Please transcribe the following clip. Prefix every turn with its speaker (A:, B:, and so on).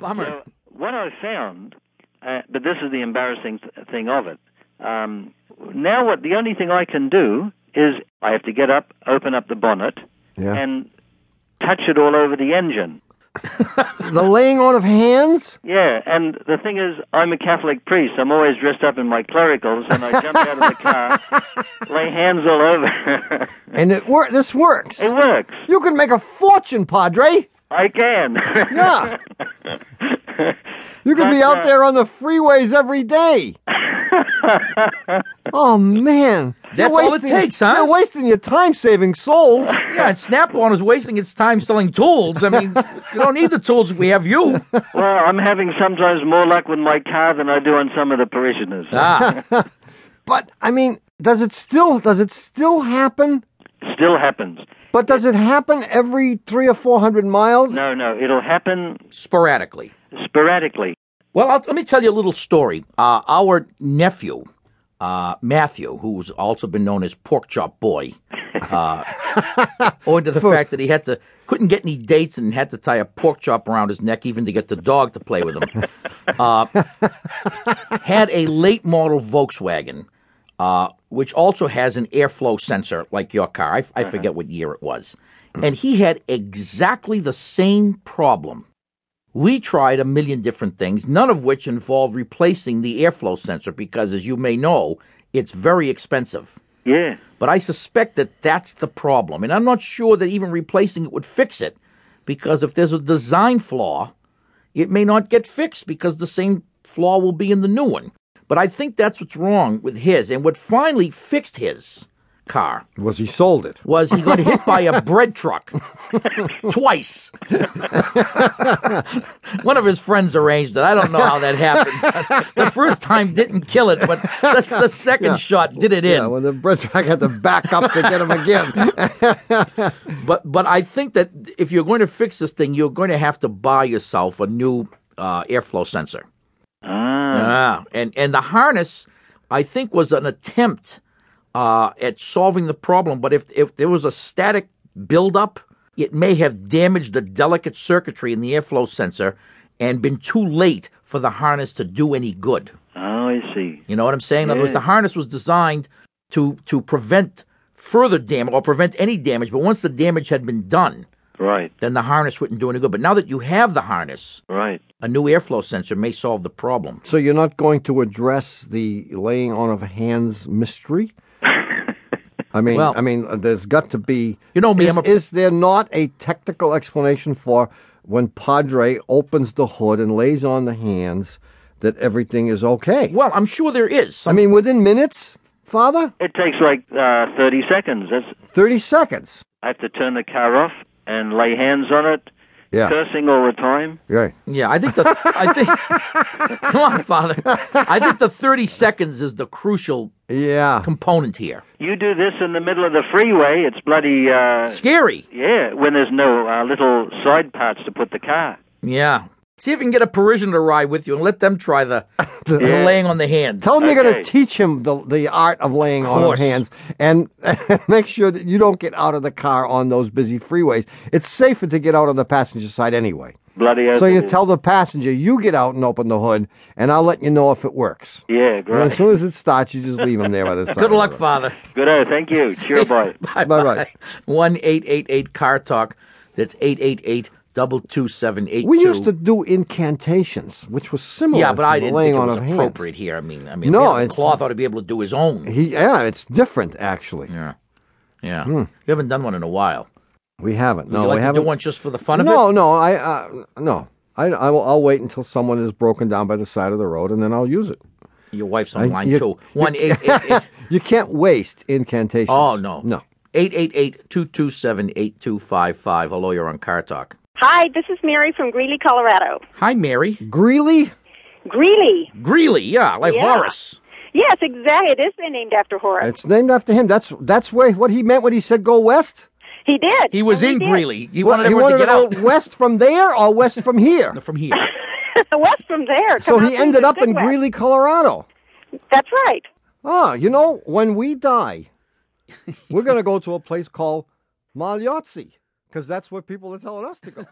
A: Bummer.
B: So what I found, uh, but this is the embarrassing th- thing of it. Um, now, what the only thing I can do is I have to get up, open up the bonnet,
C: Yeah.
B: and touch it all over the engine.
C: the laying on of hands?
B: Yeah, and the thing is, I'm a Catholic priest. I'm always dressed up in my clericals, and I jump out of the car, lay hands all over.
C: And it wor- this works.
B: it works.
C: You can make a fortune, Padre.
B: I can.
C: Yeah. You could be
B: That's
C: out
B: right.
C: there on the freeways every day. oh man,
A: That's
C: You're
A: all it
C: wasting-
A: takes, huh?
C: You're wasting your time saving souls.
A: Yeah, and Snap-on is wasting its time selling tools. I mean, you don't need the tools if we have you.
B: well, I'm having sometimes more luck with my car than I do on some of the parishioners.
A: Ah,
C: but I mean, does it still does it still happen?
B: Still happens.
C: But does it happen every three or four hundred miles?
B: No, no, it'll happen
A: sporadically.
B: sporadically.
A: Well, I'll, let me tell you a little story. Uh, our nephew, uh, Matthew, who's also been known as Pork Chop Boy, uh, owing to the fact that he had to couldn't get any dates and had to tie a pork chop around his neck even to get the dog to play with him. Uh, had a late model Volkswagen, uh, which also has an airflow sensor like your car. I, I forget what year it was, and he had exactly the same problem. We tried a million different things, none of which involved replacing the airflow sensor because, as you may know, it's very expensive.
B: Yeah.
A: But I suspect that that's the problem. And I'm not sure that even replacing it would fix it because if there's a design flaw, it may not get fixed because the same flaw will be in the new one. But I think that's what's wrong with his. And what finally fixed his car
C: Was he sold it?
A: was he got hit by a bread truck twice. One of his friends arranged it. I don't know how that happened. the first time didn't kill it, but the, the second shot did it in.
C: Yeah, when the bread truck had to back up to get him again.
A: but but I think that if you're going to fix this thing, you're going to have to buy yourself a new uh, airflow sensor.
B: Ah.
A: Ah, and and the harness, I think, was an attempt uh, at solving the problem. But if if there was a static buildup, it may have damaged the delicate circuitry in the airflow sensor, and been too late for the harness to do any good.
B: Oh, I see.
A: You know what I'm saying? In other words,
B: Yeah.
A: the harness was designed to to prevent further damage or prevent any damage. But once the damage had been done,
B: Right,
A: then the harness wouldn't do any good. But now that you have the harness,
B: right.
A: a new airflow sensor may solve the problem.
C: so you're not going to address the laying on of hands mystery? I mean,
A: Well-
C: I mean, uh, there's got to be.
A: You know me,
C: Is,
A: I'm a-
C: is there not a technical explanation for when Padre opens the hood and lays on the hands that everything is okay?
A: Well, I'm sure there is.
C: I
A: Some,
C: mean, within minutes, Father,
B: It takes like uh, 30 seconds. That's,
C: thirty seconds.
B: I have to turn the car off and lay hands on it,
C: Yeah,
B: cursing all the time.
C: right.
A: yeah, I think the I think come on, Father. I think the 30 seconds is the crucial
C: Yeah.
A: component here.
B: You do this in the middle of the freeway, it's bloody, uh,
A: Scary.
B: yeah, when there's no uh, little side parts to put the car.
A: Yeah. See if you can get a Parisian to ride with you and let them try the, the
B: Yeah.
A: laying on the hands.
C: Tell him you're going
B: Okay.
C: to teach him the, the art of laying on of
A: course.
C: hands and make sure that you don't get out of the car on those busy freeways. It's safer to get out on the passenger side anyway.
B: Bloody
C: So
B: oath
C: you
B: it is.
C: tell the passenger, you get out and open the hood, and I'll let you know if it works.
B: Yeah,
C: And as
B: great.
C: soon as it starts, you just leave him there by the side.
A: Good luck, Father.
B: Good oh, thank you. Cheer, boy.
C: Bye bye.
A: One eight eight eight car talk. That's eight eight eight double two seven eight.
C: We used to do incantations, which was similar
A: Yeah, but
C: to
A: I
C: the
A: didn't
C: laying
A: think it
C: on
A: was
C: of hands.
A: appropriate here. I mean, I mean,
C: No,
A: Leonard
C: it's-
A: Cloth ought to be able to do his own.
C: He, yeah, it's different, actually.
A: Yeah, yeah. You haven't done one in a while.
C: We haven't. Hmm. No,
A: you like
C: we
A: to
C: haven't.
A: do one just for the fun of
C: no,
A: it?
C: no, I uh, no, I, I will, I'll wait until someone is broken down by the side of the road, and then I'll use it.
A: Your wife's online
C: you-
A: too. One eight eight eight.
C: You can't waste incantations.
A: Oh no,
C: no.
A: 888-227-8255. Hello, you're on Car Talk.
D: Hi, this is Mary from Greeley, Colorado.
A: Hi, Mary.
C: Greeley,
D: Greeley.
A: Greeley, yeah, like
D: Yeah.
A: Horace.
D: Yes, exactly. It is been named after Horace.
C: it's named after him. That's that's where what he meant when he said go west.
D: He did.
A: He was
D: And
A: in
D: did.
A: Greeley. He
C: What-
A: wanted
C: he
A: everyone
C: wanted
A: to get
C: to
A: out
C: go west from there or west from here.
A: from here.
D: West from there.
C: so
D: Come out
C: he
D: through
C: ended
D: the
C: up in
D: Goodwest.
C: Greeley, Colorado.
D: That's right.
C: Ah, you know, when we die, we're going to go to a place called Malyotsi because that's where people are telling us to go.